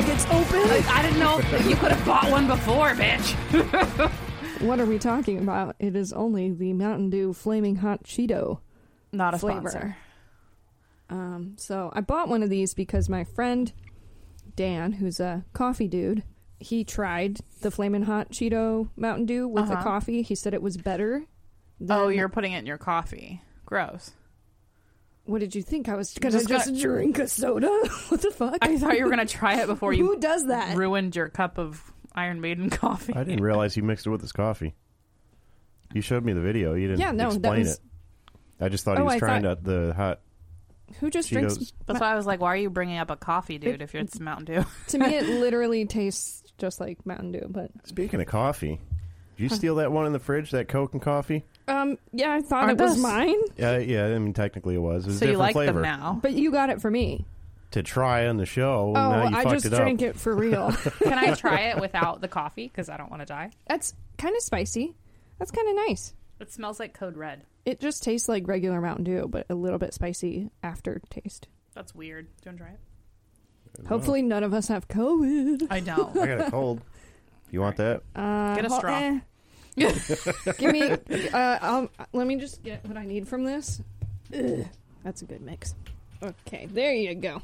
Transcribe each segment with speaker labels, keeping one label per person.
Speaker 1: Like, I didn't know if you could have bought one before, bitch.
Speaker 2: What are we talking about? It is only the Mountain Dew Flaming Hot Cheeto
Speaker 1: Not a
Speaker 2: flavor.
Speaker 1: sponsor.
Speaker 2: Um, so I bought one of these because my friend Dan, who's a coffee dude, he tried the Flamin' Hot Cheeto Mountain Dew with a
Speaker 1: Uh-huh.
Speaker 2: coffee. He said it was better. Than,
Speaker 1: Oh, you're putting it in your coffee. Gross.
Speaker 2: What did you think? I was gonna
Speaker 1: Just
Speaker 2: just,
Speaker 1: got-
Speaker 2: drink a soda. what the fuck?
Speaker 1: I thought you were gonna try it before you
Speaker 2: Who does that?
Speaker 1: ruined your cup of Iron Maiden coffee.
Speaker 3: I didn't realize you mixed it with his coffee. You showed me the video. You didn't
Speaker 2: Yeah, no, that
Speaker 3: explain
Speaker 2: was-
Speaker 3: it. I just thought he
Speaker 2: Oh,
Speaker 3: was
Speaker 2: I
Speaker 3: trying
Speaker 2: thought-
Speaker 3: to, the hot
Speaker 2: Who just
Speaker 3: Cheetos.
Speaker 2: drinks?
Speaker 1: That's why I was like, "Why are you bringing up a coffee, dude? If it's Mountain Dew."
Speaker 2: To me, it literally tastes just like Mountain Dew. But
Speaker 3: Speaking of coffee, did you steal that one in the fridge? That Coke and coffee?
Speaker 2: um, yeah, I thought
Speaker 1: Aren't
Speaker 2: it was
Speaker 1: those-
Speaker 2: mine,
Speaker 3: Yeah, yeah. I mean, technically it was. It was
Speaker 1: so
Speaker 3: a different
Speaker 1: you like
Speaker 3: flavor
Speaker 1: them now?
Speaker 2: but you got it for me.
Speaker 3: to try on the show.
Speaker 2: oh,
Speaker 3: now you
Speaker 2: I
Speaker 3: fucked
Speaker 2: just
Speaker 3: it up.
Speaker 2: drank it for real.
Speaker 1: Can I try it without the coffee? Because I don't want to die.
Speaker 2: That's kind of spicy. That's kind of nice.
Speaker 1: It smells like Code Red.
Speaker 2: It just tastes like regular Mountain Dew, but a little bit spicy aftertaste.
Speaker 1: That's weird. Do you want to try it?
Speaker 2: Hopefully, none of us have COVID.
Speaker 1: I don't.
Speaker 3: I got a cold. You want that?
Speaker 2: Uh,
Speaker 1: Get a
Speaker 2: hol-
Speaker 1: straw.
Speaker 2: eh. Give me. Uh, I'll, let me just get what I need from this. Ugh, that's a good mix. Okay, there you go.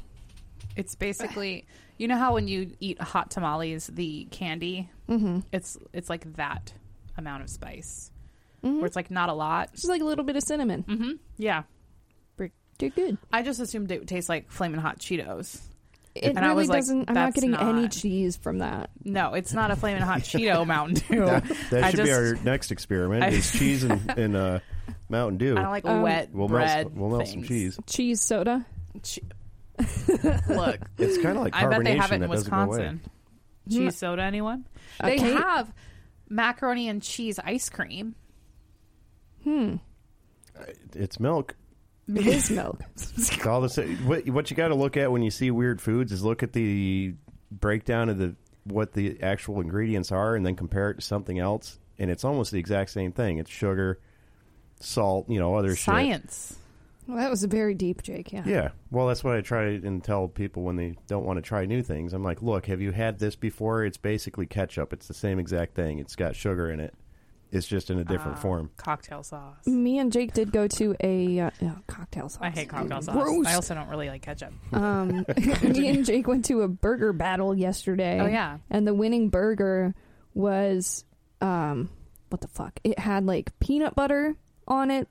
Speaker 1: It's basically, you know how when you eat hot tamales, the candy, mm-hmm. it's it's like that amount of spice, where it's like not a lot.
Speaker 2: Mm-hmm. Just like a little bit of cinnamon.
Speaker 1: Mm-hmm. Yeah,
Speaker 2: Pretty good.
Speaker 1: I just assumed it would taste like flaming hot Cheetos.
Speaker 2: It
Speaker 1: And I
Speaker 2: really
Speaker 1: was like,
Speaker 2: doesn't. I'm not
Speaker 1: that's
Speaker 2: getting any
Speaker 1: not-
Speaker 2: cheese from that.
Speaker 1: No, it's not a flaming hot Cheeto Mountain Dew.
Speaker 3: That, that
Speaker 1: I
Speaker 3: should be
Speaker 1: just-
Speaker 3: our next experiment:
Speaker 1: I-
Speaker 3: is cheese and, and uh, Mountain Dew.
Speaker 1: I don't like
Speaker 2: Um,
Speaker 1: wet
Speaker 3: we'll
Speaker 1: bread.
Speaker 3: melt. We'll melt some
Speaker 1: things.
Speaker 3: cheese.
Speaker 2: Cheese soda.
Speaker 1: Che- Look,
Speaker 3: It's kind of like carbonation
Speaker 1: I bet they have it in
Speaker 3: that doesn't go away.
Speaker 1: Wisconsin.
Speaker 2: Hmm.
Speaker 1: Cheese soda, anyone? They
Speaker 2: Okay.
Speaker 1: have macaroni and cheese ice cream.
Speaker 3: It's milk.
Speaker 2: It is milk.
Speaker 3: It's all the same. What, what you got to look at when you see weird foods is look at the breakdown of the what the actual ingredients are, and then compare it to something else, and it's almost the exact same thing. It's sugar, salt, you know, other shit.
Speaker 1: Science.
Speaker 2: Well, that was very deep, Jake. Yeah.
Speaker 3: Yeah. Well, that's what I try and tell people when they don't want to try new things. I'm like, look, have you had this before? It's basically ketchup. It's the same exact thing. It's got sugar in it. It's just in a
Speaker 1: Ah.
Speaker 3: different form.
Speaker 1: Cocktail sauce.
Speaker 2: Me and Jake did go to a uh, oh, cocktail sauce.
Speaker 1: I hate cocktail sauce.
Speaker 2: Gross.
Speaker 1: I also don't really like ketchup.
Speaker 2: Um, me and Jake went to a burger battle yesterday.
Speaker 1: Oh, yeah.
Speaker 2: and the winning burger was um, what the fuck? It had like peanut butter on it,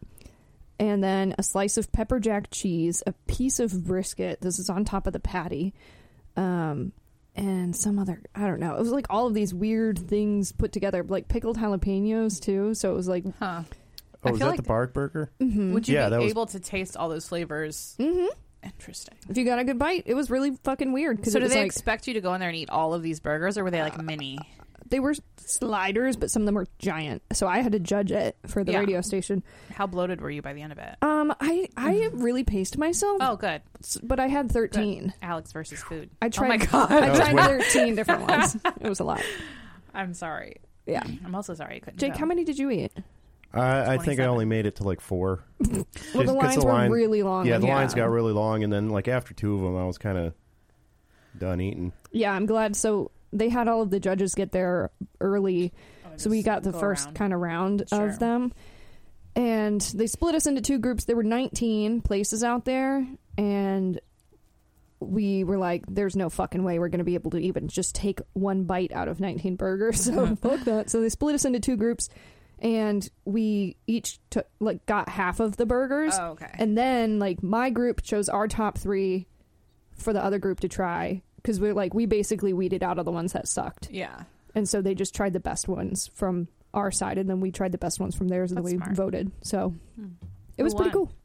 Speaker 2: and then a slice of pepper jack cheese, a piece of brisket. This is on top of the patty, um, and some other. I don't know. It was like all of these weird things put together, like pickled jalapenos too. So it was like mm-hmm.
Speaker 1: Huh.
Speaker 3: Oh,
Speaker 1: I
Speaker 3: is
Speaker 1: feel
Speaker 3: that
Speaker 1: like-
Speaker 3: the Bard Burger?
Speaker 1: Would you
Speaker 3: Yeah, that
Speaker 1: be
Speaker 3: was-
Speaker 1: able to taste all those flavors?
Speaker 2: Mhm.
Speaker 1: Interesting.
Speaker 2: if you got a good bite, it was really fucking weird because
Speaker 1: So
Speaker 2: it
Speaker 1: do
Speaker 2: was
Speaker 1: they
Speaker 2: like Uh,
Speaker 1: expect you to go in there and eat all of these burgers, or were they like mini?
Speaker 2: they were sliders, but some of them were giant. So I had to judge it for the
Speaker 1: Yeah.
Speaker 2: radio station.
Speaker 1: How bloated were you by the end of it?
Speaker 2: Um, I I
Speaker 3: Mm-hmm.
Speaker 2: really paced myself,
Speaker 1: Oh, good.
Speaker 2: s- but I had thirteen.
Speaker 1: Alex versus food.
Speaker 2: I tried.
Speaker 1: Oh my god.
Speaker 2: I
Speaker 3: was
Speaker 2: tried
Speaker 3: way-
Speaker 2: thirteen different ones. It was a lot.
Speaker 1: I'm sorry.
Speaker 2: Yeah.
Speaker 1: I'm also sorry. I couldn't
Speaker 2: Jake,
Speaker 1: go.
Speaker 2: how many did you eat?
Speaker 3: I, I think
Speaker 1: 27.
Speaker 3: I only made it to like four.
Speaker 2: Well, the lines were really long.
Speaker 3: Yeah, the
Speaker 2: yeah.
Speaker 3: lines got really long, and then like after two of them, I was kind of done eating.
Speaker 2: Yeah, I'm glad. So they had all of the judges get there early, so we got the
Speaker 1: Oh, go
Speaker 2: first
Speaker 1: around.
Speaker 2: kind of round
Speaker 1: Sure.
Speaker 2: of them, and they split us into two groups. There were 19 places out there, and we were like, "There's no fucking way we're going to be able to even just take one bite out of 19 burgers." So fuck that. So they split us into two groups, and we each took like got half of the burgers.
Speaker 1: Oh, okay.
Speaker 2: And then like my group chose our top three for the other group to try because we're like we basically weeded out all the ones that sucked,
Speaker 1: yeah.
Speaker 2: and so they just tried the best ones from our side, and then we tried the best ones from theirs, and
Speaker 1: That's
Speaker 2: then we
Speaker 1: smart.
Speaker 2: voted. So
Speaker 1: Hmm.
Speaker 2: it was
Speaker 1: Who
Speaker 2: pretty
Speaker 1: won?
Speaker 2: cool.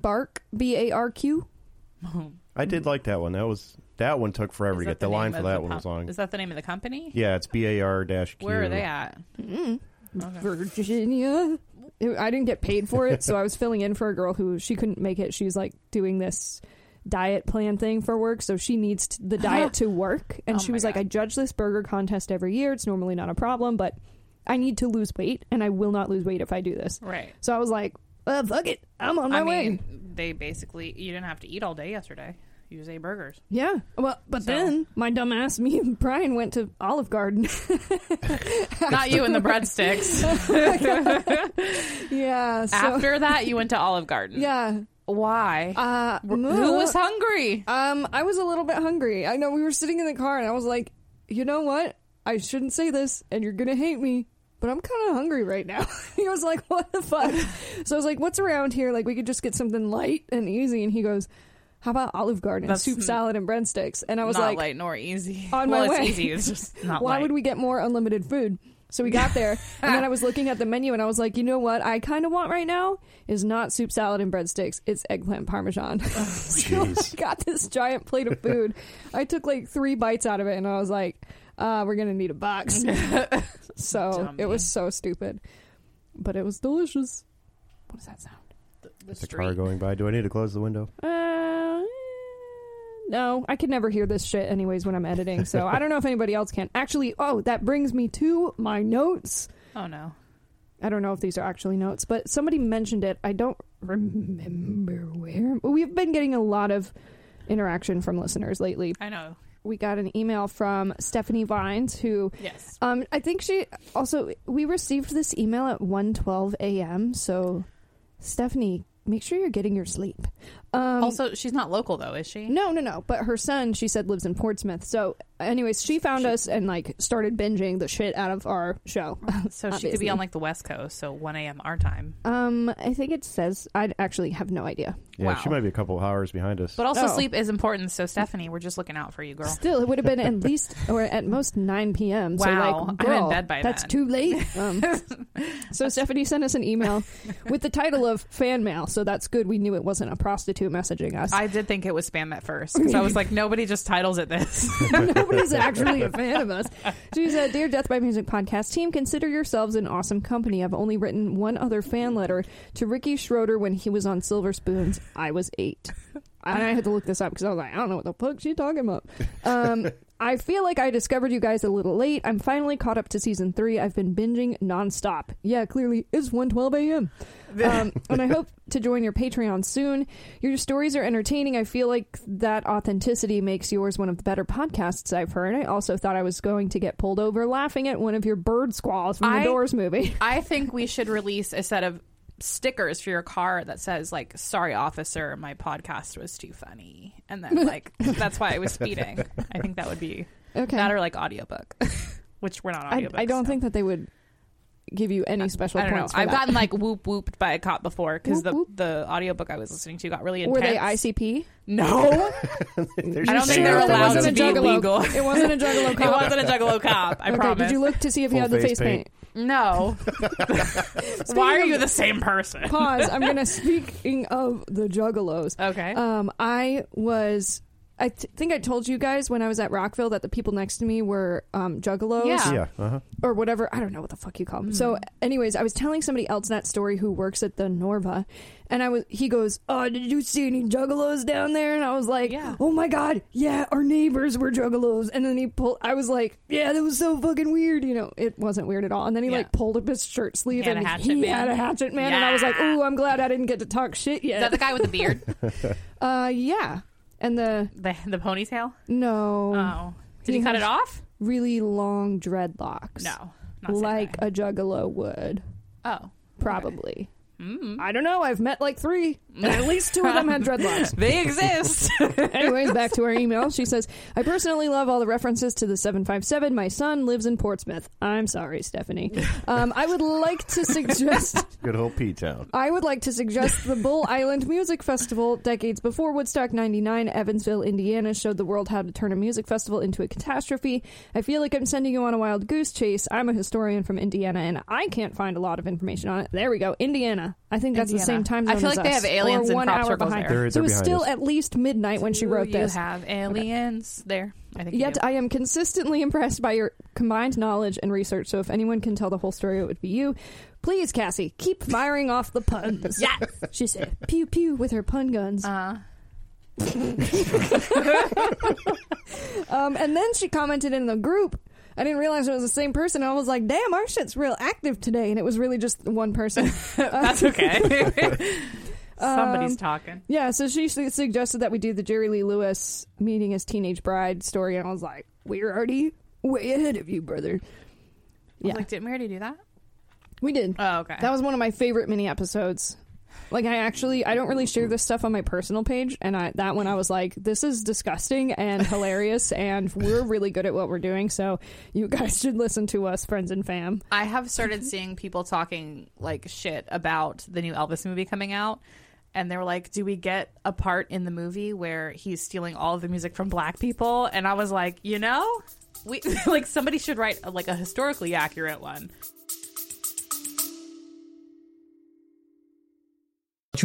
Speaker 2: Bark B A R Q.
Speaker 3: I did like that one. That was that one took forever
Speaker 1: Mm. Is
Speaker 3: to
Speaker 1: that
Speaker 3: get. The,
Speaker 1: name
Speaker 3: line for
Speaker 1: of
Speaker 3: that
Speaker 1: the
Speaker 3: one
Speaker 1: com-
Speaker 3: was long.
Speaker 1: Is that the name of the company?
Speaker 3: Yeah, it's B A R dash Q.
Speaker 1: Where are they at?
Speaker 2: Mm.
Speaker 1: Okay.
Speaker 2: Virginia. It- I didn't get paid for it, so I was filling in for a girl who she couldn't make it. She's like doing this diet plan thing for work, so she needs t- the diet to work. And
Speaker 1: Oh
Speaker 2: she
Speaker 1: my
Speaker 2: was like,
Speaker 1: God.
Speaker 2: "I judge this burger contest every year. It's normally not a problem, but I need to lose weight, and I will not lose weight if I do this."
Speaker 1: Right.
Speaker 2: So I was like, uh, "Fuck it, I'm on my
Speaker 1: I
Speaker 2: way."
Speaker 1: mean, they basically you didn't have to eat all day yesterday. Use a burgers.
Speaker 2: Yeah. Well, but
Speaker 1: So-
Speaker 2: then my dumbass, me and Brian went to Olive Garden.
Speaker 1: Not you and the breadsticks.
Speaker 2: yeah. So,
Speaker 1: After that, you went to Olive Garden.
Speaker 2: yeah.
Speaker 1: Why?
Speaker 2: Uh,
Speaker 1: Who was hungry?
Speaker 2: Um, I was a little bit hungry. I know we were sitting in the car, and I was like, you know what? I shouldn't say this, and you're gonna hate me, but I'm kind of hungry right now. he was like, what the fuck? so I was like, what's around here? Like, we could just get something light and easy. And he goes, how about Olive Garden
Speaker 1: That's
Speaker 2: soup,
Speaker 1: n-
Speaker 2: salad, and breadsticks? And I was
Speaker 1: not
Speaker 2: like,
Speaker 1: light nor easy.
Speaker 2: On
Speaker 1: well,
Speaker 2: my
Speaker 1: it's
Speaker 2: way.
Speaker 1: easy. It's just not
Speaker 2: why
Speaker 1: light.
Speaker 2: would we get more unlimited food? So we got there, and then I was looking at the menu, and I was like, you know what? I kind of want right now is not soup, salad, and breadsticks. It's eggplant parmesan. so
Speaker 3: Jeez.
Speaker 2: I got this giant plate of food. I took like three bites out of it, and I was like, uh, we're gonna need a box. so
Speaker 1: Dummy.
Speaker 2: it was so stupid, but it was delicious. What does that sound?
Speaker 1: the
Speaker 3: The car going by. Do I need to close the window?
Speaker 2: Uh, no, I could never hear this shit anyways when I'm editing, so I don't know if anybody else can. Actually, oh, that brings me to my notes.
Speaker 1: Oh no.
Speaker 2: I don't know if these are actually notes, but somebody mentioned it. I don't remember where. We've been getting a lot of interaction from listeners lately.
Speaker 1: I know.
Speaker 2: We got an email from Stephanie Vines who
Speaker 1: Yes.
Speaker 2: um I think she also we received this email at 1:12 a.m. so Stephanie, make sure you're getting your sleep. Um
Speaker 1: also, she's not local though, is she?
Speaker 2: no, no, no. But her son, she said, lives in Portsmouth. So, anyways, she found us and like started binging the shit out of our show.
Speaker 1: So she could
Speaker 2: Obviously.
Speaker 1: be on like the West Coast, so 1 a.m. our time.
Speaker 2: Um, I think it says I actually have no idea.
Speaker 3: Yeah, she
Speaker 1: Wow.
Speaker 3: might be a couple of hours behind us.
Speaker 1: But also,
Speaker 2: Oh.
Speaker 1: sleep is important. So Stephanie, we're just looking out for you, girl.
Speaker 2: Still, it would have been at least or at most nine p.m. So,
Speaker 1: Wow,
Speaker 2: like,
Speaker 1: I'm in
Speaker 2: girl,
Speaker 1: bed by
Speaker 2: that's
Speaker 1: then.
Speaker 2: too late. Um, so Stephanie sent us an email with the title of fan mail. So that's good. We knew it wasn't a prostitute messaging us.
Speaker 1: I did think it was spam at first because I was like, nobody just titles it this.
Speaker 2: Nobody's actually a fan of us. She said, Dear Death by Music podcast team, consider yourselves an awesome company. I've only written one other fan letter to Ricky Schroeder when he was on Silver Spoons. I was eight. And I had to look this up because I was like, I don't know what the fuck she talking about. Um, I feel like I discovered you guys a little late. I'm finally caught up to season three. I've been binging nonstop. Yeah, clearly it's 1.12 a.m. Um, and I hope to join your Patreon soon. Your stories are entertaining. I feel like that authenticity makes yours one of the better podcasts I've heard. I also thought I was going to get pulled over laughing at one of your bird squalls from
Speaker 1: I-
Speaker 2: the Doors movie.
Speaker 1: I think we should release a set of stickers for your car that says like sorry officer my podcast was too funny and then like that's why i was speeding i think that would be
Speaker 2: Okay.
Speaker 1: that or like audiobook which we're not
Speaker 2: I,
Speaker 1: audiobooks
Speaker 2: I don't
Speaker 1: so.
Speaker 2: think that they would give you any special
Speaker 1: I don't know.
Speaker 2: points. for
Speaker 1: I've
Speaker 2: that.
Speaker 1: gotten like whoop whooped by a cop before because
Speaker 2: Whoop
Speaker 1: the
Speaker 2: whoop.
Speaker 1: the audiobook I was listening to got really intense.
Speaker 2: Were they ICP?
Speaker 1: No,
Speaker 3: There's
Speaker 1: oh? I don't
Speaker 3: your
Speaker 1: think they're
Speaker 3: sale.
Speaker 2: It
Speaker 1: allowed
Speaker 2: wasn't
Speaker 1: to
Speaker 2: a
Speaker 1: be
Speaker 2: juggalo.
Speaker 1: legal.
Speaker 2: It wasn't a juggalo
Speaker 1: it
Speaker 2: cop.
Speaker 1: wasn't a juggalo cop. I
Speaker 2: okay,
Speaker 1: promise.
Speaker 2: did you look to see if he
Speaker 3: Full
Speaker 2: had the face
Speaker 3: face paint.
Speaker 2: paint?
Speaker 1: No. Why are you the same person?
Speaker 2: Pause. I'm gonna speaking of the juggalos.
Speaker 1: Okay.
Speaker 2: Um, I was. I th- think I told you guys when I was at Rockville that the people next to me were um, juggalos
Speaker 1: Yeah. Hmm.
Speaker 3: Yeah, uh-huh.
Speaker 2: or whatever. I don't know what the fuck you call them. So, anyways, I was telling somebody else that story who works at the Norva, and I was. He goes, "Oh, did you see any juggalos down there?" And I was like,
Speaker 1: Yeah.
Speaker 2: "Oh my god, yeah, our neighbors were juggalos." And then he pulled. I was like, "Yeah, that was so fucking weird." You know, it wasn't weird at all. And then he
Speaker 1: Yeah.
Speaker 2: like pulled up his shirt sleeve
Speaker 1: He had
Speaker 2: and
Speaker 1: a hatchet
Speaker 2: he
Speaker 1: man.
Speaker 2: had a hatchet man, and I was like,
Speaker 1: Yeah.
Speaker 2: "Ooh, I'm glad I didn't get to talk shit
Speaker 1: Is
Speaker 2: yet."
Speaker 1: that the guy with the beard,
Speaker 2: Uh, yeah. And the
Speaker 1: the the ponytail?
Speaker 2: no
Speaker 1: Oh, did he
Speaker 2: He
Speaker 1: cut
Speaker 2: has-
Speaker 1: it off?
Speaker 2: really long dreadlocks.
Speaker 1: No, not same
Speaker 2: like
Speaker 1: guy.
Speaker 2: a juggalo would
Speaker 1: oh,
Speaker 2: probably.
Speaker 1: mm.
Speaker 2: I don't know. I've met like three, and at least two of them had dreadlocks.
Speaker 1: they exist.
Speaker 2: Anyways, back to our email. She says, "I personally love all the references to the 757. My son lives in Portsmouth. I'm sorry, Stephanie. Um, I would like to suggest."
Speaker 3: Good old P Town.
Speaker 2: I would like to suggest the Bull Island Music Festival. Decades before Woodstock 99, Evansville, Indiana showed the world how to turn a music festival into a catastrophe. I feel like I'm sending you on a wild goose chase. I'm a historian from Indiana and I can't find a lot of information on it. There we go. Indiana. I think that's
Speaker 1: Indiana.
Speaker 2: the same time
Speaker 1: I
Speaker 2: zone
Speaker 1: feel
Speaker 2: as
Speaker 1: like they
Speaker 2: us,
Speaker 1: have
Speaker 2: or
Speaker 1: aliens and
Speaker 2: one
Speaker 1: crop
Speaker 2: hour
Speaker 1: circles
Speaker 2: behind.
Speaker 1: there.
Speaker 3: They're-
Speaker 2: So
Speaker 3: they're
Speaker 2: it was
Speaker 3: behind
Speaker 2: still
Speaker 3: us.
Speaker 2: at least midnight when she wrote
Speaker 1: you
Speaker 2: this.
Speaker 1: have aliens there. I think. you
Speaker 2: Yet
Speaker 1: do.
Speaker 2: I am consistently impressed by your combined knowledge and research. So if anyone can tell the whole story, it would be you. Please, Cassie, keep firing off the puns.
Speaker 1: Yes.
Speaker 2: she said, "Pew pew" with her pun guns.
Speaker 1: Uh,
Speaker 2: Um, and then she commented in the group. I didn't realize it was the same person. I was like, "Damn, Uh, our shit's real active today," and it was really just one person.
Speaker 1: that's okay. Somebody's
Speaker 2: Um,
Speaker 1: talking.
Speaker 2: Yeah, so she su- suggested that we do the Jerry Lee Lewis meeting his teenage bride story, and I was like, "We're already way ahead of you, brother."
Speaker 1: Yeah.
Speaker 2: Yeah,
Speaker 1: like, didn't we already do that?
Speaker 2: we did.
Speaker 1: Oh, okay.
Speaker 2: That was one of my favorite mini episodes. Like, I actually I don't really share this stuff on my personal page, and I that one I was like, "This is disgusting and hilarious, and we're really good at what we're doing." So you guys should listen to us, friends and fam.
Speaker 1: I have started seeing people talking like shit about the new Elvis movie coming out. And they were like, Do we get a part in the movie where he's stealing all of the music from black people? And I was like, You know, we like somebody should write like a historically accurate one.
Speaker 4: But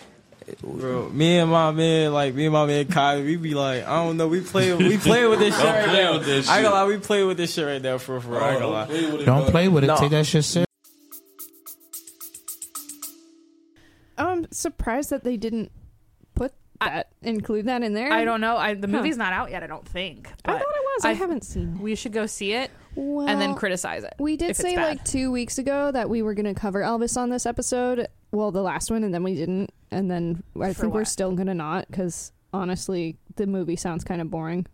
Speaker 5: Bro, me and my man, like me and my man Kyle, we be like, I don't know, we play, we play with this shit
Speaker 6: Don't
Speaker 5: right
Speaker 6: play
Speaker 5: now.
Speaker 6: with this
Speaker 5: I ain't
Speaker 6: shit.
Speaker 5: gonna lie, we play with this shit right now for for. I ain't gonna lie.
Speaker 6: play with it,
Speaker 4: Don't
Speaker 6: bro.
Speaker 4: play with it.
Speaker 5: No.
Speaker 4: Take that shit serious.
Speaker 2: Oh, I'm surprised that they didn't put that include that in there.
Speaker 1: I don't know. I, the
Speaker 2: Huh.
Speaker 1: movie's not out yet, I don't think.
Speaker 2: I
Speaker 1: But
Speaker 2: thought it was. I,
Speaker 1: I-
Speaker 2: haven't seen. it.
Speaker 1: we should go see it
Speaker 2: Well,
Speaker 1: and then criticize it.
Speaker 2: We did
Speaker 1: if it's
Speaker 2: say
Speaker 1: bad.
Speaker 2: like two weeks ago that we were going to cover Elvis on this episode. Well, the last one, and then we didn't. And then I
Speaker 1: For
Speaker 2: think we're
Speaker 1: what?
Speaker 2: still going to not because honestly, the movie sounds kind of boring.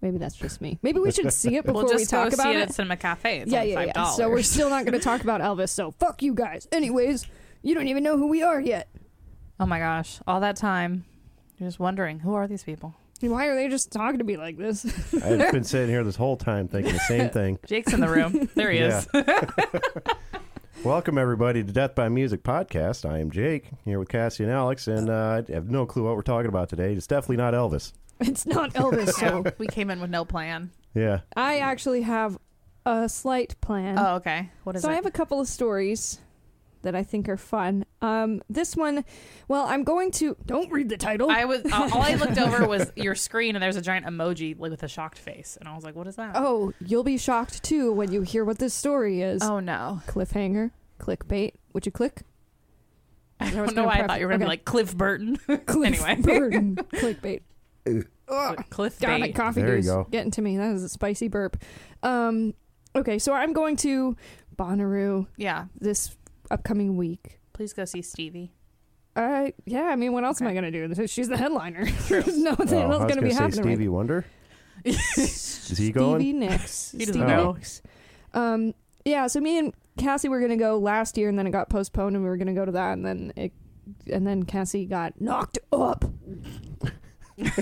Speaker 2: Maybe that's just me. Maybe we should see it before
Speaker 1: we'll just
Speaker 2: we talk
Speaker 1: go
Speaker 2: about
Speaker 1: see it
Speaker 2: it.
Speaker 1: at Cinema Cafe. It's
Speaker 2: yeah,
Speaker 1: only
Speaker 2: yeah,
Speaker 1: $5.
Speaker 2: yeah. So we're still not going to talk about Elvis. So fuck you guys. Anyways, you don't even know who we are yet.
Speaker 1: oh my gosh. All that time, you're just wondering, Who are these people?
Speaker 2: Why are they just talking to me like this?
Speaker 3: I've been sitting here this whole time thinking the same thing.
Speaker 1: Jake's in the room. There he is.
Speaker 3: Welcome everybody to Death by Music podcast. I am Jake here with Cassie and Alex, and uh, I have no clue what we're talking about today. It's definitely not Elvis.
Speaker 2: it's not Elvis. So
Speaker 1: we came in with no plan.
Speaker 3: Yeah,
Speaker 2: I actually have a slight plan.
Speaker 1: Oh, okay. What is
Speaker 2: so
Speaker 1: it?
Speaker 2: I have a couple of stories that I think are fun. Um, this one, well, I'm going to don't read the title.
Speaker 1: I was uh, all I looked over was your screen, and there's a giant emoji like, with a shocked face, and I was like, "What is that?"
Speaker 2: oh, you'll be shocked too when you hear what this story is.
Speaker 1: Oh, no!
Speaker 2: Cliffhanger, clickbait. Would you click?
Speaker 1: I
Speaker 2: was
Speaker 1: don't know
Speaker 2: no
Speaker 1: why I
Speaker 2: preface.
Speaker 1: thought you were gonna
Speaker 2: Okay.
Speaker 1: be like Cliff Burton.
Speaker 2: Cliff
Speaker 1: Anyway.
Speaker 2: Burton, clickbait. Ugh.
Speaker 1: Cliff
Speaker 2: God, my
Speaker 1: Bait.
Speaker 2: coffee
Speaker 3: There you
Speaker 2: goose
Speaker 3: go.
Speaker 2: getting to me. That is a spicy burp. Um, okay, so I'm going to Bonnaroo
Speaker 1: Yeah,
Speaker 2: this upcoming week.
Speaker 1: please go see Stevie.
Speaker 2: Uh, yeah, I mean, what else am I going to do? She's the headliner. There's nothing
Speaker 3: Oh, I
Speaker 2: else
Speaker 3: was
Speaker 2: going to be
Speaker 3: say
Speaker 2: happening. right
Speaker 3: Stevie Wonder. Is he
Speaker 2: Stevie
Speaker 3: going?
Speaker 2: Nicks.
Speaker 1: He doesn't
Speaker 2: Stevie
Speaker 3: know.
Speaker 2: Nicks. Um, yeah. So me and Cassie were gonna go last year, and then it got postponed, and we were gonna go to that, and then it, and then Cassie got knocked up.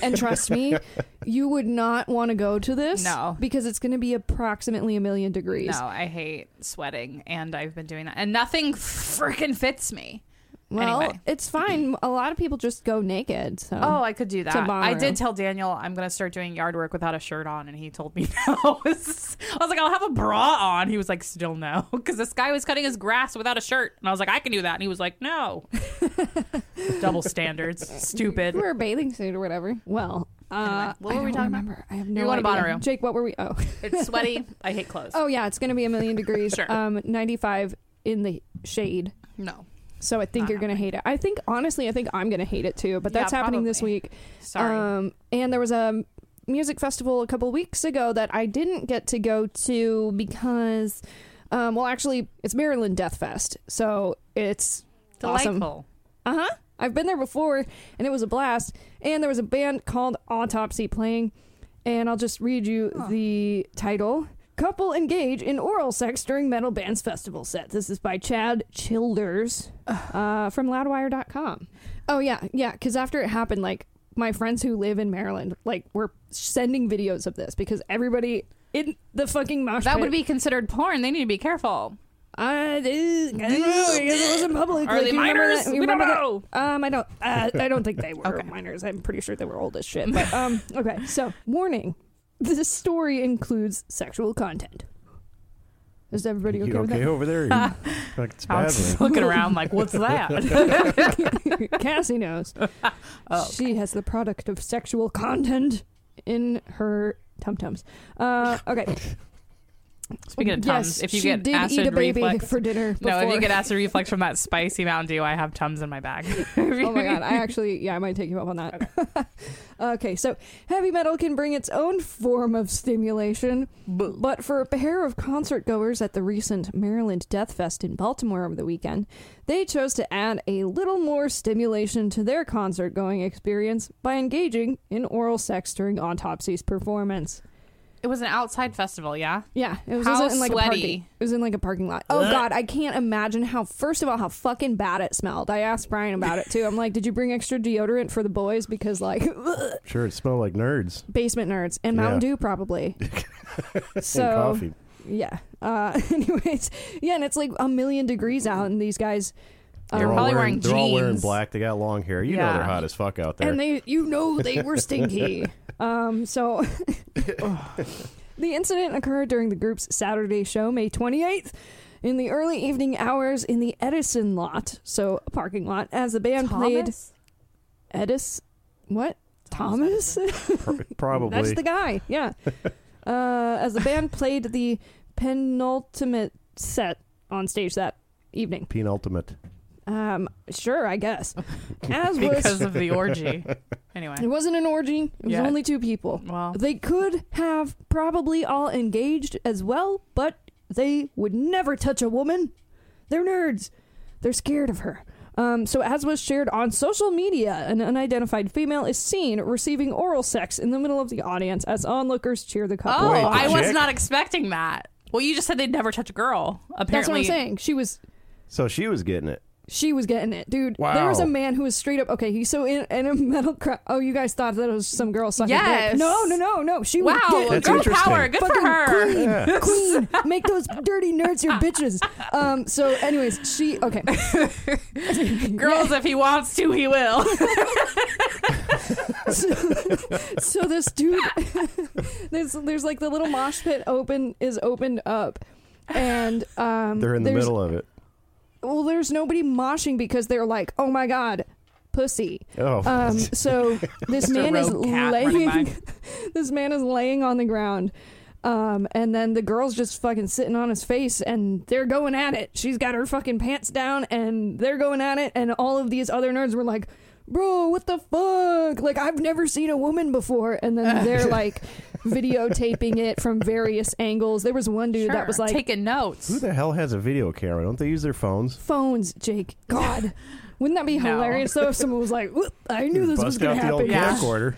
Speaker 2: and trust me, you would not want to go to this,
Speaker 1: No.
Speaker 2: because it's gonna be approximately a million degrees.
Speaker 1: No, I hate sweating, and I've been doing that, and nothing freaking fits me.
Speaker 2: Well,
Speaker 1: Anyway.
Speaker 2: it's fine. A lot of people just go naked. So
Speaker 1: Oh, I could do that. I
Speaker 2: Bonnaroo.
Speaker 1: did tell Daniel I'm gonna start doing yard work without a shirt on, and he told me no. I was like, I'll have a bra on. He was like, still no, because this guy was cutting his grass without a shirt, and I was like, I can do that, and he was like, no. Double standards, stupid.
Speaker 2: wear a bathing suit or whatever. Well, uh,
Speaker 1: Anyway, what
Speaker 2: I
Speaker 1: were we
Speaker 2: don't
Speaker 1: talking about?
Speaker 2: remember. I have no
Speaker 1: You're going to
Speaker 2: idea.
Speaker 1: Bonnaroo.
Speaker 2: Jake, what were we? Oh.
Speaker 1: It's sweaty. I hate clothes.
Speaker 2: Oh yeah, it's gonna be a million degrees.
Speaker 1: Sure.
Speaker 2: Um, ninety five in the shade.
Speaker 1: no,
Speaker 2: So I think
Speaker 1: Not
Speaker 2: you're gonna hate it. I think honestly, I think I'm gonna hate it too. But
Speaker 1: Yeah,
Speaker 2: that's happening this
Speaker 1: probably.
Speaker 2: week.
Speaker 1: sorry.
Speaker 2: Um, and there was a music festival a couple weeks ago that I didn't get to go to because, um, well, actually, it's Maryland Death Fest, so it's awesome.
Speaker 1: Delightful.
Speaker 2: Uh huh. I've been there before, and it was a blast. And there was a band called Autopsy playing, and I'll just read you the title. Couple engage in oral sex during metal bands festival set. This is by Chad Childers uh, from loudwire.com. Oh, yeah, yeah, because after it happened, like, my friends who live in Maryland, like, were sending videos of this because everybody in the fucking mosh
Speaker 1: That
Speaker 2: pit-
Speaker 1: would be considered porn. They need to be careful.
Speaker 2: I, did- I don't know, I guess it wasn't public.
Speaker 1: Are
Speaker 2: like,
Speaker 1: they
Speaker 2: you remember
Speaker 1: minors?
Speaker 2: that- you
Speaker 1: We don't
Speaker 2: remember that-
Speaker 1: know.
Speaker 2: Um, I don't. Uh, I don't think they were
Speaker 1: Okay.
Speaker 2: minors. I'm pretty sure they were old as shit. But um, okay. So warning: this story includes sexual content. Is everybody okay,
Speaker 3: you
Speaker 2: with
Speaker 3: okay
Speaker 2: that?
Speaker 3: over there? You- like, it's
Speaker 1: I
Speaker 3: bad.
Speaker 1: was just
Speaker 3: man.
Speaker 1: looking around like, what's that?
Speaker 2: Cassie knows. She has the product of sexual content in her tum tums. Uh, okay.
Speaker 1: Speaking of tums,
Speaker 2: yes,
Speaker 1: if you
Speaker 2: she
Speaker 1: get
Speaker 2: did
Speaker 1: acid
Speaker 2: eat a baby
Speaker 1: reflux,
Speaker 2: for dinner. Before.
Speaker 1: no, if you get acid reflux from that spicy Mountain Dew, I have tums in my bag.
Speaker 2: oh my god, I actually, yeah, I might take you up on that. Okay. so heavy metal can bring its own form of stimulation, but for a pair of concert goers at the recent Maryland Death Fest in Baltimore over the weekend, they chose to add a little more stimulation to their concert going experience by engaging in oral sex during Autopsy's performance.
Speaker 1: It was an outside festival, yeah.
Speaker 2: Yeah, it was,
Speaker 1: How
Speaker 2: wasn't in like a
Speaker 1: sweaty.
Speaker 2: parking. It was in like a parking lot. Oh god, I can't imagine how. First of all, how fucking bad it smelled. I asked Brian about it too. I'm like, did you bring extra deodorant for the boys because like
Speaker 3: sure, it smelled like nerds
Speaker 2: basement nerds and Mountain
Speaker 3: Yeah.
Speaker 2: Dew probably. so
Speaker 3: and coffee.
Speaker 2: yeah. Uh, anyways, yeah, and it's like a million degrees out, and these guys. uh, um,
Speaker 1: They're
Speaker 3: all
Speaker 1: probably wearing
Speaker 3: wearing, They're all wearing
Speaker 1: jeans.
Speaker 3: black. They got long hair. You know
Speaker 1: Yeah.
Speaker 3: they're hot as fuck out there.
Speaker 2: And they, you know, they were stinky. um, so oh. the incident occurred during the group's Saturday show, May 28th, in the early evening hours in the Edison lot, so a parking lot, as the band played
Speaker 1: Thomas?
Speaker 2: Edis. What? Thomas?
Speaker 3: Pro- probably.
Speaker 2: That's the guy. Yeah. uh, as the band played the penultimate set on stage that evening.
Speaker 3: Penultimate.
Speaker 2: Um, sure, I guess. As was
Speaker 1: because of the orgy. Anyway,
Speaker 2: It wasn't an orgy. It was
Speaker 1: Yeah.
Speaker 2: only two people.
Speaker 1: Wow.
Speaker 2: They could have probably all engaged as well, but they would never touch a woman. They're nerds. They're scared of her. Um, so, as was shared on social media, an unidentified female is seen receiving oral sex in the middle of the audience as onlookers cheer the couple.
Speaker 1: oh,
Speaker 3: Wait,
Speaker 1: I
Speaker 3: the
Speaker 1: was
Speaker 3: chick?
Speaker 1: not expecting that. Well, you just said they'd never touch a girl. Apparently,
Speaker 2: That's what I'm saying. She was
Speaker 3: So she was getting it.
Speaker 2: she was getting it, dude. There was
Speaker 3: Wow.
Speaker 2: a man who was straight up okay. He's so in, in a metal crowd. Oh, you guys thought that it was some girl sucking
Speaker 1: Yes.
Speaker 2: dick. No, no, no, no. She was
Speaker 1: Wow,
Speaker 2: getting
Speaker 3: That's
Speaker 1: girl
Speaker 3: interesting.
Speaker 1: power. Good for
Speaker 2: fucking
Speaker 1: her.
Speaker 2: queen,
Speaker 3: Yeah.
Speaker 2: queen. Make those dirty nerds your bitches. Um. So, anyways, she okay.
Speaker 1: Girls, if he wants to, he will.
Speaker 2: So, so this dude, there's there's like the little mosh pit open is opened up, and um.
Speaker 3: They're in the
Speaker 2: there's-
Speaker 3: middle of it.
Speaker 2: Well, there's nobody moshing because they're like, oh my god, pussy.
Speaker 3: Oh,
Speaker 2: Um, so this
Speaker 1: Just a
Speaker 2: man is
Speaker 1: rogue cat running
Speaker 2: laying.
Speaker 1: by.
Speaker 2: this man is laying on the ground, um, and then the girl's just fucking sitting on his face, and they're going at it. She's got her fucking pants down, and they're going at it, and all of these other nerds were like. Bro, what the fuck? Like I've never seen a woman before, and then they're like videotaping it from various angles. There was one dude that was like
Speaker 1: taking notes.
Speaker 3: who the hell has a video camera? Don't they use their phones?
Speaker 2: phones, Jake. God, wouldn't that be
Speaker 1: No.
Speaker 2: hilarious though if someone was like, "Whoop, "I knew this was
Speaker 3: Bust
Speaker 2: gonna
Speaker 3: out the old
Speaker 2: happen."
Speaker 1: Yeah.
Speaker 3: camcorder.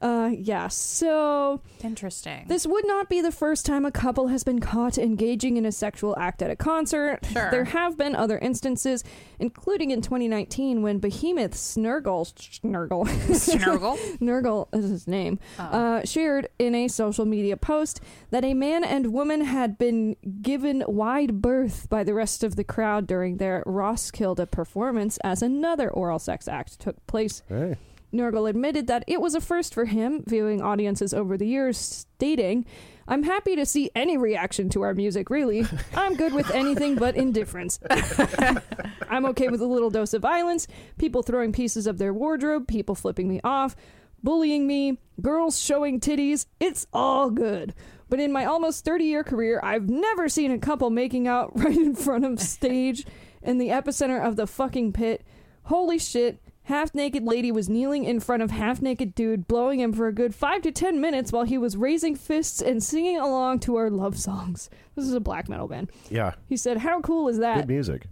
Speaker 2: Uh, yeah. So
Speaker 1: Interesting.
Speaker 2: this would not be the first time a couple has been caught engaging in a sexual act at a concert.
Speaker 1: Sure.
Speaker 2: There have been other instances, including in 2019 when Behemoth Snurgle Snurgle
Speaker 1: Snurgle.
Speaker 2: Nurgle is his name, uh, shared in a social media post that a man and woman had been given wide berth by the rest of the crowd during their Roskilde performance as another oral sex act took place.
Speaker 3: Hey.
Speaker 2: Nurgle admitted that it was a first for him, viewing audiences over the years, stating, I'm happy to see any reaction to our music, really. I'm good with anything but indifference. I'm okay with a little dose of violence, people throwing pieces of their wardrobe, people flipping me off, bullying me, girls showing titties. It's all good. But in my almost 30 year career, I've never seen a couple making out right in front of stage in the epicenter of the fucking pit. Holy shit. Half naked lady was kneeling in front of half naked dude, blowing him for a good five to ten minutes while he was raising fists and singing along to our love songs. This is a black metal band.
Speaker 3: Yeah,
Speaker 2: He said, How cool is that?
Speaker 3: good music.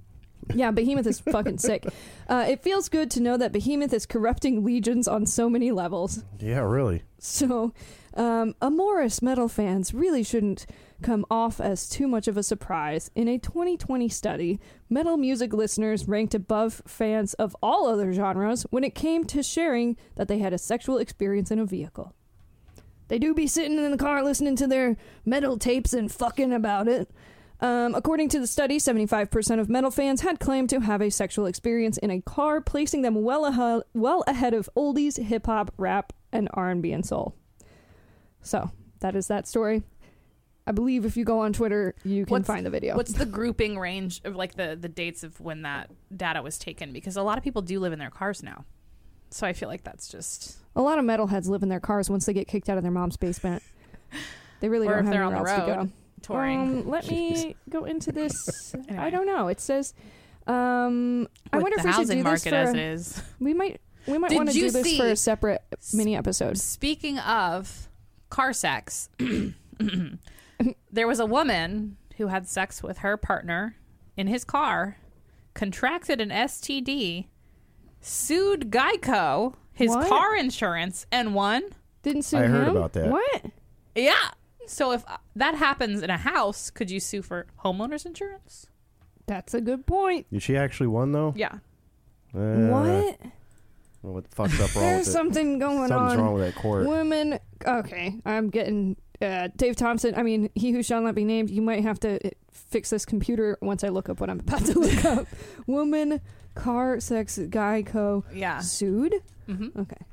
Speaker 2: Yeah, Behemoth is fucking sick. Uh, it feels good to know that Behemoth is corrupting legions on so many levels.
Speaker 3: Yeah, really.
Speaker 2: So, um, Amoris metal fans really shouldn't come off as too much of a surprise. In a 2020 study, metal music listeners ranked above fans of all other genres when it came to sharing that they had a sexual experience in a vehicle. They do be sitting in the car listening to their metal tapes and fucking about it. Um, according to the study, 75% of metal fans had claimed to have a sexual experience in a car, placing them well, ahe- well ahead of oldies, hip hop, rap, and R&B and soul. So that is that story. I believe if you go on Twitter, you can
Speaker 1: What's-
Speaker 2: find the video.
Speaker 1: What's the grouping range of like the the dates of when that data was taken? Because a lot of people do live in their cars now, so I feel like that's just
Speaker 2: a lot of metalheads live in their cars once they get kicked out of their mom's basement. They really
Speaker 1: Or
Speaker 2: don't
Speaker 1: if
Speaker 2: have
Speaker 1: they're
Speaker 2: anywhere
Speaker 1: on the
Speaker 2: else to
Speaker 1: road.
Speaker 2: go.
Speaker 1: touring.
Speaker 2: Um, let me go into this. I
Speaker 1: Anyway.
Speaker 2: don't know. It says, um, I
Speaker 1: With
Speaker 2: wonder if
Speaker 1: the
Speaker 2: we should
Speaker 1: housing
Speaker 2: do this
Speaker 1: market
Speaker 2: for.
Speaker 1: as it is.
Speaker 2: We might. We might
Speaker 1: Did
Speaker 2: want to
Speaker 1: you
Speaker 2: do this for
Speaker 1: see-
Speaker 2: a separate mini episode.
Speaker 1: Speaking of car sex, there was a woman who had sex with her partner in his car, contracted an STD, sued Geico, his
Speaker 2: What?
Speaker 1: car insurance, and won.
Speaker 2: Didn't sue
Speaker 3: I
Speaker 2: him.
Speaker 3: heard about that.
Speaker 2: What?
Speaker 1: Yeah. So if uh, that happens in a house, could you sue for homeowners insurance?
Speaker 2: That's a good point.
Speaker 3: Did she actually won though?
Speaker 1: Yeah.
Speaker 3: Uh,
Speaker 2: what?
Speaker 3: well, what the fuck's up wrong
Speaker 2: There's
Speaker 3: with it?
Speaker 2: something going
Speaker 3: Something's
Speaker 2: on.
Speaker 3: wrong with that court.
Speaker 2: Women. Okay, I'm getting uh, Dave Thompson. I mean, he who shall not be named. You might have to uh, fix this computer once I look up what I'm about to look up. Woman, car, sex, Geico,
Speaker 1: Yeah.
Speaker 2: sued.
Speaker 1: hmm
Speaker 2: Okay.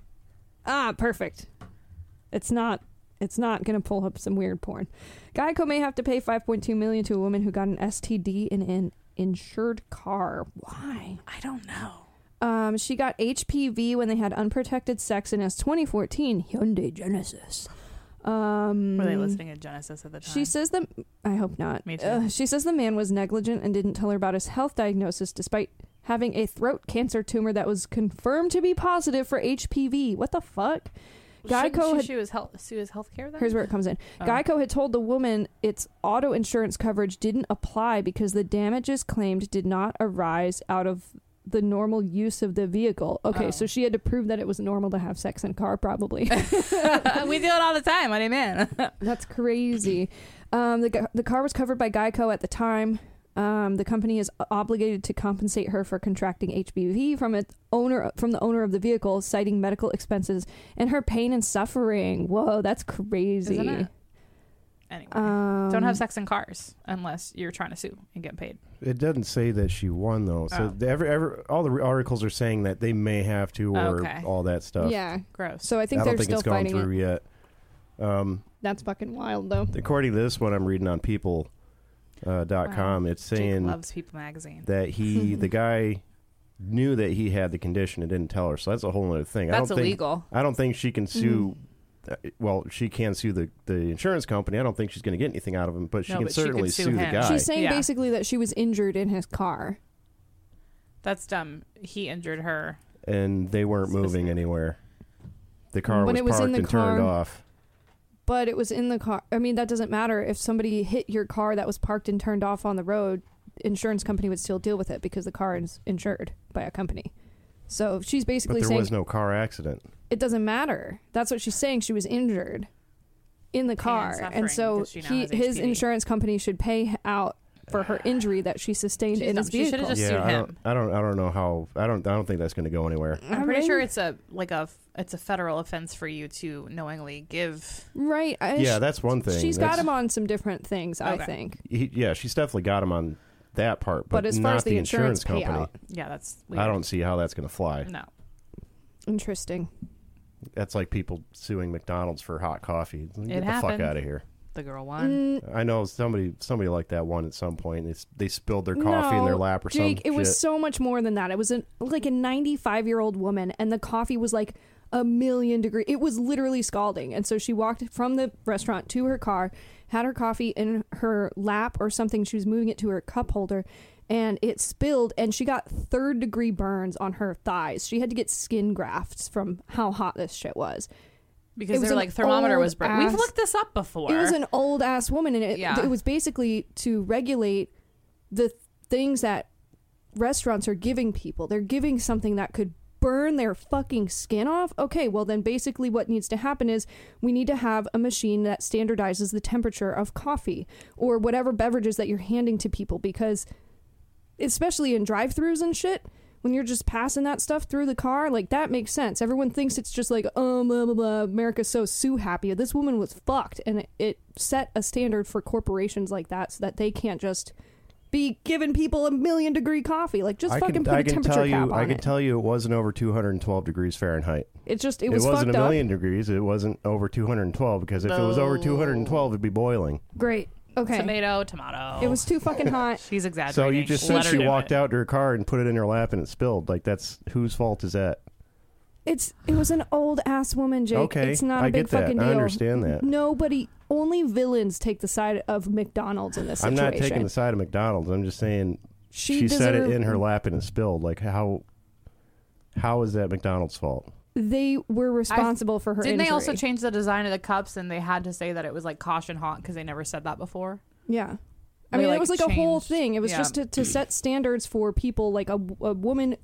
Speaker 2: Ah, perfect. It's not. It's not going to pull up some weird porn. Geico may have to pay 5.2 million to a woman who got an STD in an insured car. Why?
Speaker 1: I don't know.
Speaker 2: Um, she got HPV when they had unprotected sex in his 2014 Hyundai Genesis. Um,
Speaker 1: Were they listening to Genesis at the time?
Speaker 2: She says that I hope not.
Speaker 1: Me too.
Speaker 2: Ugh, she says the man was negligent and didn't tell her about his health diagnosis, despite having a throat cancer tumor that was confirmed to be positive for HPV. What the fuck?
Speaker 1: Shouldn't
Speaker 2: Geico
Speaker 1: she
Speaker 2: had-
Speaker 1: sue his health sue his healthcare then?
Speaker 2: Here's where it comes in.
Speaker 1: Oh.
Speaker 2: Geico had told the woman its auto insurance coverage didn't apply because the damages claimed did not arise out of the normal use of the vehicle. Okay,
Speaker 1: Oh.
Speaker 2: so she had to prove that it was normal to have sex in a car, probably.
Speaker 1: we do it all the time. What do you mean?
Speaker 2: That's crazy. Um, the, gu- the car was covered by Geico at the time. Um, the company is obligated to compensate her for contracting HPV from its owner from the owner of the vehicle, citing medical expenses and her pain and suffering. Whoa, that's crazy.
Speaker 1: Isn't it? Anyway,
Speaker 2: Um,
Speaker 1: don't have sex in cars unless you're trying to sue and get paid.
Speaker 3: It doesn't say that she won though. So
Speaker 1: Oh.
Speaker 3: the- every, every all the re- articles are saying that they may have to or
Speaker 1: Okay.
Speaker 3: all that stuff.
Speaker 2: Yeah.
Speaker 1: Gross.
Speaker 2: So I think
Speaker 3: I
Speaker 2: they're
Speaker 3: don't think
Speaker 2: still
Speaker 3: it's gone
Speaker 2: fighting
Speaker 3: through
Speaker 2: it.
Speaker 3: yet. Um,
Speaker 2: That's fucking wild, though.
Speaker 3: according to this one I'm reading on people uh, dot
Speaker 1: Wow.
Speaker 3: com, it's
Speaker 1: Jake
Speaker 3: saying
Speaker 1: loves People Magazine.
Speaker 3: that he the guy knew that he had the condition and didn't tell her. So that's a whole other thing. I don't
Speaker 1: That's
Speaker 3: think,
Speaker 1: illegal. Mm-hmm.
Speaker 3: I don't think she can sue. uh, Well, she can sue the, the insurance company. I don't think she's going to get anything out of him, but she
Speaker 1: No,
Speaker 3: can
Speaker 1: but she could
Speaker 3: certainly
Speaker 1: sue
Speaker 3: sue, the
Speaker 1: him.
Speaker 3: guy.
Speaker 2: She's saying
Speaker 1: Yeah.
Speaker 2: basically that she was injured in his car.
Speaker 1: That's dumb. He injured her.
Speaker 3: and they weren't moving anywhere. The car
Speaker 2: When
Speaker 3: was,
Speaker 2: it was in
Speaker 3: parked
Speaker 2: the
Speaker 3: and turned
Speaker 2: car-
Speaker 3: off.
Speaker 2: But it was in the car. I mean, that doesn't matter. If somebody hit your car that was parked and turned off on the road, insurance company would still deal with it because the car is insured by a company. So she's
Speaker 3: But
Speaker 2: basically
Speaker 3: there
Speaker 2: saying
Speaker 3: was no car accident.
Speaker 2: it doesn't matter. That's what she's saying. She was injured in the car, and,
Speaker 1: suffering
Speaker 2: so
Speaker 1: because she now
Speaker 2: he,
Speaker 1: has
Speaker 2: his
Speaker 1: HPV.
Speaker 2: insurance company should pay out for her injury that she sustained
Speaker 1: She's
Speaker 2: in his
Speaker 1: dumb. She should have
Speaker 2: vehicle.
Speaker 1: Just
Speaker 3: yeah,
Speaker 1: sued
Speaker 3: I
Speaker 1: him.
Speaker 3: don't, I don't, I don't know how. I don't, I don't think that's going to go anywhere.
Speaker 1: I'm
Speaker 2: I
Speaker 1: pretty
Speaker 2: mean,
Speaker 1: sure it's a like a it's a federal offense for you to knowingly give.
Speaker 2: right. I,
Speaker 3: yeah, that's one thing.
Speaker 2: She's
Speaker 3: That's-
Speaker 2: got him on some different things, I
Speaker 1: Okay.
Speaker 2: think.
Speaker 3: He, yeah, she's definitely got him on that part, but,
Speaker 2: But, as
Speaker 3: not
Speaker 2: far as
Speaker 3: the, insurance, company.
Speaker 1: Yeah, that's.
Speaker 3: I
Speaker 1: weird.
Speaker 3: don't see how that's going to fly.
Speaker 1: No.
Speaker 2: payout, interesting.
Speaker 3: That's like people suing McDonald's for hot coffee. Get the fuck
Speaker 1: happened.
Speaker 3: out of here.
Speaker 1: The girl won.
Speaker 2: Mm,
Speaker 3: I know somebody, somebody like that one at some point. They, s- they spilled their coffee in their
Speaker 2: no,
Speaker 3: lap or
Speaker 2: Jake,
Speaker 3: something.
Speaker 2: it was so much more than that. It was an, like a 95 year old woman, and the coffee was like a million degree. It was literally scalding, and so she walked from the restaurant to her car, had her coffee in her lap or something. She was moving it to her cup holder, and it spilled, and she got third degree burns on her thighs. She had to get skin grafts from how hot this shit was. it
Speaker 1: Because
Speaker 2: was
Speaker 1: their
Speaker 2: an
Speaker 1: like thermometer was broken. We've
Speaker 2: old-ass-
Speaker 1: looked this up before.
Speaker 2: It was an old ass woman, and it,
Speaker 1: Yeah.
Speaker 2: it was basically to regulate the things that restaurants are giving people. They're giving something that could burn their fucking skin off. Okay, well, then basically what needs to happen is we need to have a machine that standardizes the temperature of coffee or whatever beverages that you're handing to people because, especially in drive throughs and shit. When you're just passing that stuff through the car, like that makes sense. Everyone thinks it's just like, oh, blah, blah, blah, America's so sue happy. This woman was fucked, and it, it set a standard for corporations like that so that they can't just be giving people a million degree coffee. Like just
Speaker 3: I
Speaker 2: fucking
Speaker 3: can,
Speaker 2: put a
Speaker 3: I can
Speaker 2: temperature
Speaker 3: tell you,
Speaker 2: cap on
Speaker 3: I can
Speaker 2: it.
Speaker 3: tell you, it wasn't over 212 degrees Fahrenheit.
Speaker 2: it's just it was
Speaker 3: not
Speaker 2: fucked
Speaker 3: a million
Speaker 2: up.
Speaker 3: degrees. It wasn't over 212 because if it was over
Speaker 1: No.
Speaker 3: 212, it'd be boiling.
Speaker 2: Great. Okay.
Speaker 1: Tomato, tomato.
Speaker 2: It was too fucking hot.
Speaker 1: She's exaggerating.
Speaker 3: So you just said
Speaker 1: Let her
Speaker 3: she
Speaker 1: do
Speaker 3: walked
Speaker 1: it.
Speaker 3: out to her car and put it in her lap and it spilled. Like that's whose fault is that?
Speaker 2: It's it was an old ass woman, Jake.
Speaker 3: Okay,
Speaker 2: it's not a
Speaker 3: I
Speaker 2: big
Speaker 3: get that.
Speaker 2: fucking
Speaker 3: I
Speaker 2: deal.
Speaker 3: understand that.
Speaker 2: Nobody, only villains take the side of McDonald's in this
Speaker 3: I'm
Speaker 2: situation.
Speaker 3: not taking the side of McDonald's. I'm just saying
Speaker 2: She,
Speaker 3: said it
Speaker 2: deserved-
Speaker 3: in her lap and it spilled. Like how how is that McDonald's fault?
Speaker 2: They were responsible for her.
Speaker 1: Didn't they also
Speaker 2: injury.
Speaker 1: change the design of the cups and they had to say that it was like caution hot because they never said that before?
Speaker 2: Yeah. I
Speaker 1: They,
Speaker 2: mean,
Speaker 1: like,
Speaker 2: it was like a whole
Speaker 1: changed-
Speaker 2: thing. It was
Speaker 1: yeah.
Speaker 2: just to, to set standards for people. Like a, a woman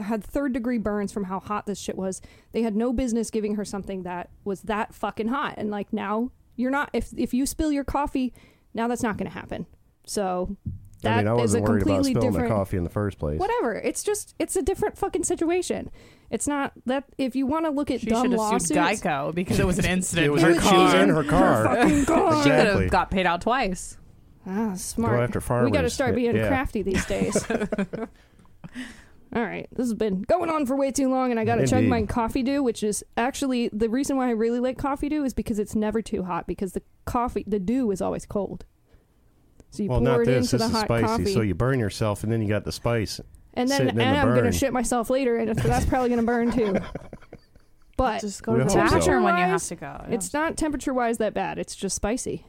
Speaker 2: had third degree burns from how hot this shit was. They had no business giving her something that was that fucking hot. And like now, you're not. If if you spill your coffee, now that's not going to happen. So
Speaker 3: I
Speaker 2: that is
Speaker 3: mean, I wasn't
Speaker 2: a
Speaker 3: worried about
Speaker 2: completely
Speaker 3: spilling
Speaker 2: different.
Speaker 3: the coffee in the first place.
Speaker 2: Whatever. It's just it's a different fucking situation. It's not that if you want to look at
Speaker 1: She
Speaker 2: dumb
Speaker 1: should have
Speaker 2: lawsuits,
Speaker 1: sued Geico because it was an incident.
Speaker 3: It was
Speaker 1: in
Speaker 3: her
Speaker 1: her
Speaker 3: car. She was in
Speaker 1: car.
Speaker 3: her car.
Speaker 2: fucking God.
Speaker 1: She could
Speaker 3: Exactly.
Speaker 1: have got paid out twice.
Speaker 2: Ah, smart.
Speaker 3: after farmers.
Speaker 2: We got to start being
Speaker 3: Yeah.
Speaker 2: crafty these days. All right, this has been going on for way too long, and I got to chug
Speaker 3: Indeed.
Speaker 2: my coffee dew, which is actually the reason why I really like coffee dew is because it's never too hot because the coffee, the dew is always cold. So you
Speaker 3: well,
Speaker 2: pour
Speaker 3: not
Speaker 2: it
Speaker 3: this.
Speaker 2: into
Speaker 3: This
Speaker 2: the
Speaker 3: is
Speaker 2: hot
Speaker 3: spicy,
Speaker 2: coffee,
Speaker 3: so you burn yourself, and then you got the spice.
Speaker 2: and then
Speaker 3: sitting in
Speaker 2: and
Speaker 3: the
Speaker 2: I'm gonna
Speaker 3: burn.
Speaker 2: shit myself later, and that's probably gonna burn too. But
Speaker 1: Just go
Speaker 3: We
Speaker 1: to the
Speaker 3: hope so.
Speaker 1: bathroom when you have
Speaker 2: Temperature-wise,
Speaker 1: to go. yeah.
Speaker 2: It's not temperature wise that bad. It's just spicy.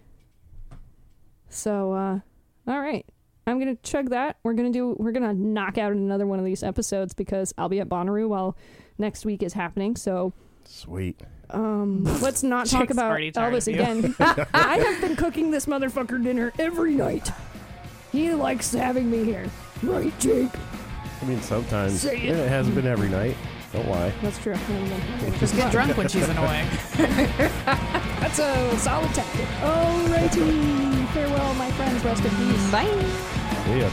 Speaker 2: So, uh, all right. I'm gonna chug that. We're gonna do. We're gonna knock out another one of these episodes because I'll be at Bonnaroo while next week is happening. So,
Speaker 3: Sweet.
Speaker 2: um, let's not talk
Speaker 1: Jake's
Speaker 2: about
Speaker 1: already tired
Speaker 2: Elvis
Speaker 1: of you.
Speaker 2: again. I have been cooking this motherfucker dinner every night. He likes having me here, right, Jake?
Speaker 3: I mean, sometimes
Speaker 2: Say it.
Speaker 3: and it hasn't been every night. Don't lie.
Speaker 2: That's true. Never mind.
Speaker 1: Just get drunk when she's annoying.
Speaker 2: That's a solid tactic. Alrighty, farewell, my friends. Rest in peace. Bye.
Speaker 3: Yeah.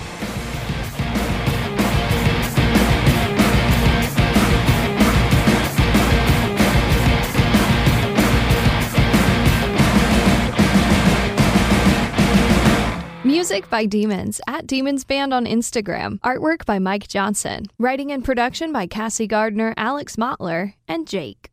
Speaker 7: Music by Demons at Demons Band on Instagram. Artwork by Mike Johnson. Writing and production by Cassie Gardner, Alex Motler, and Jake.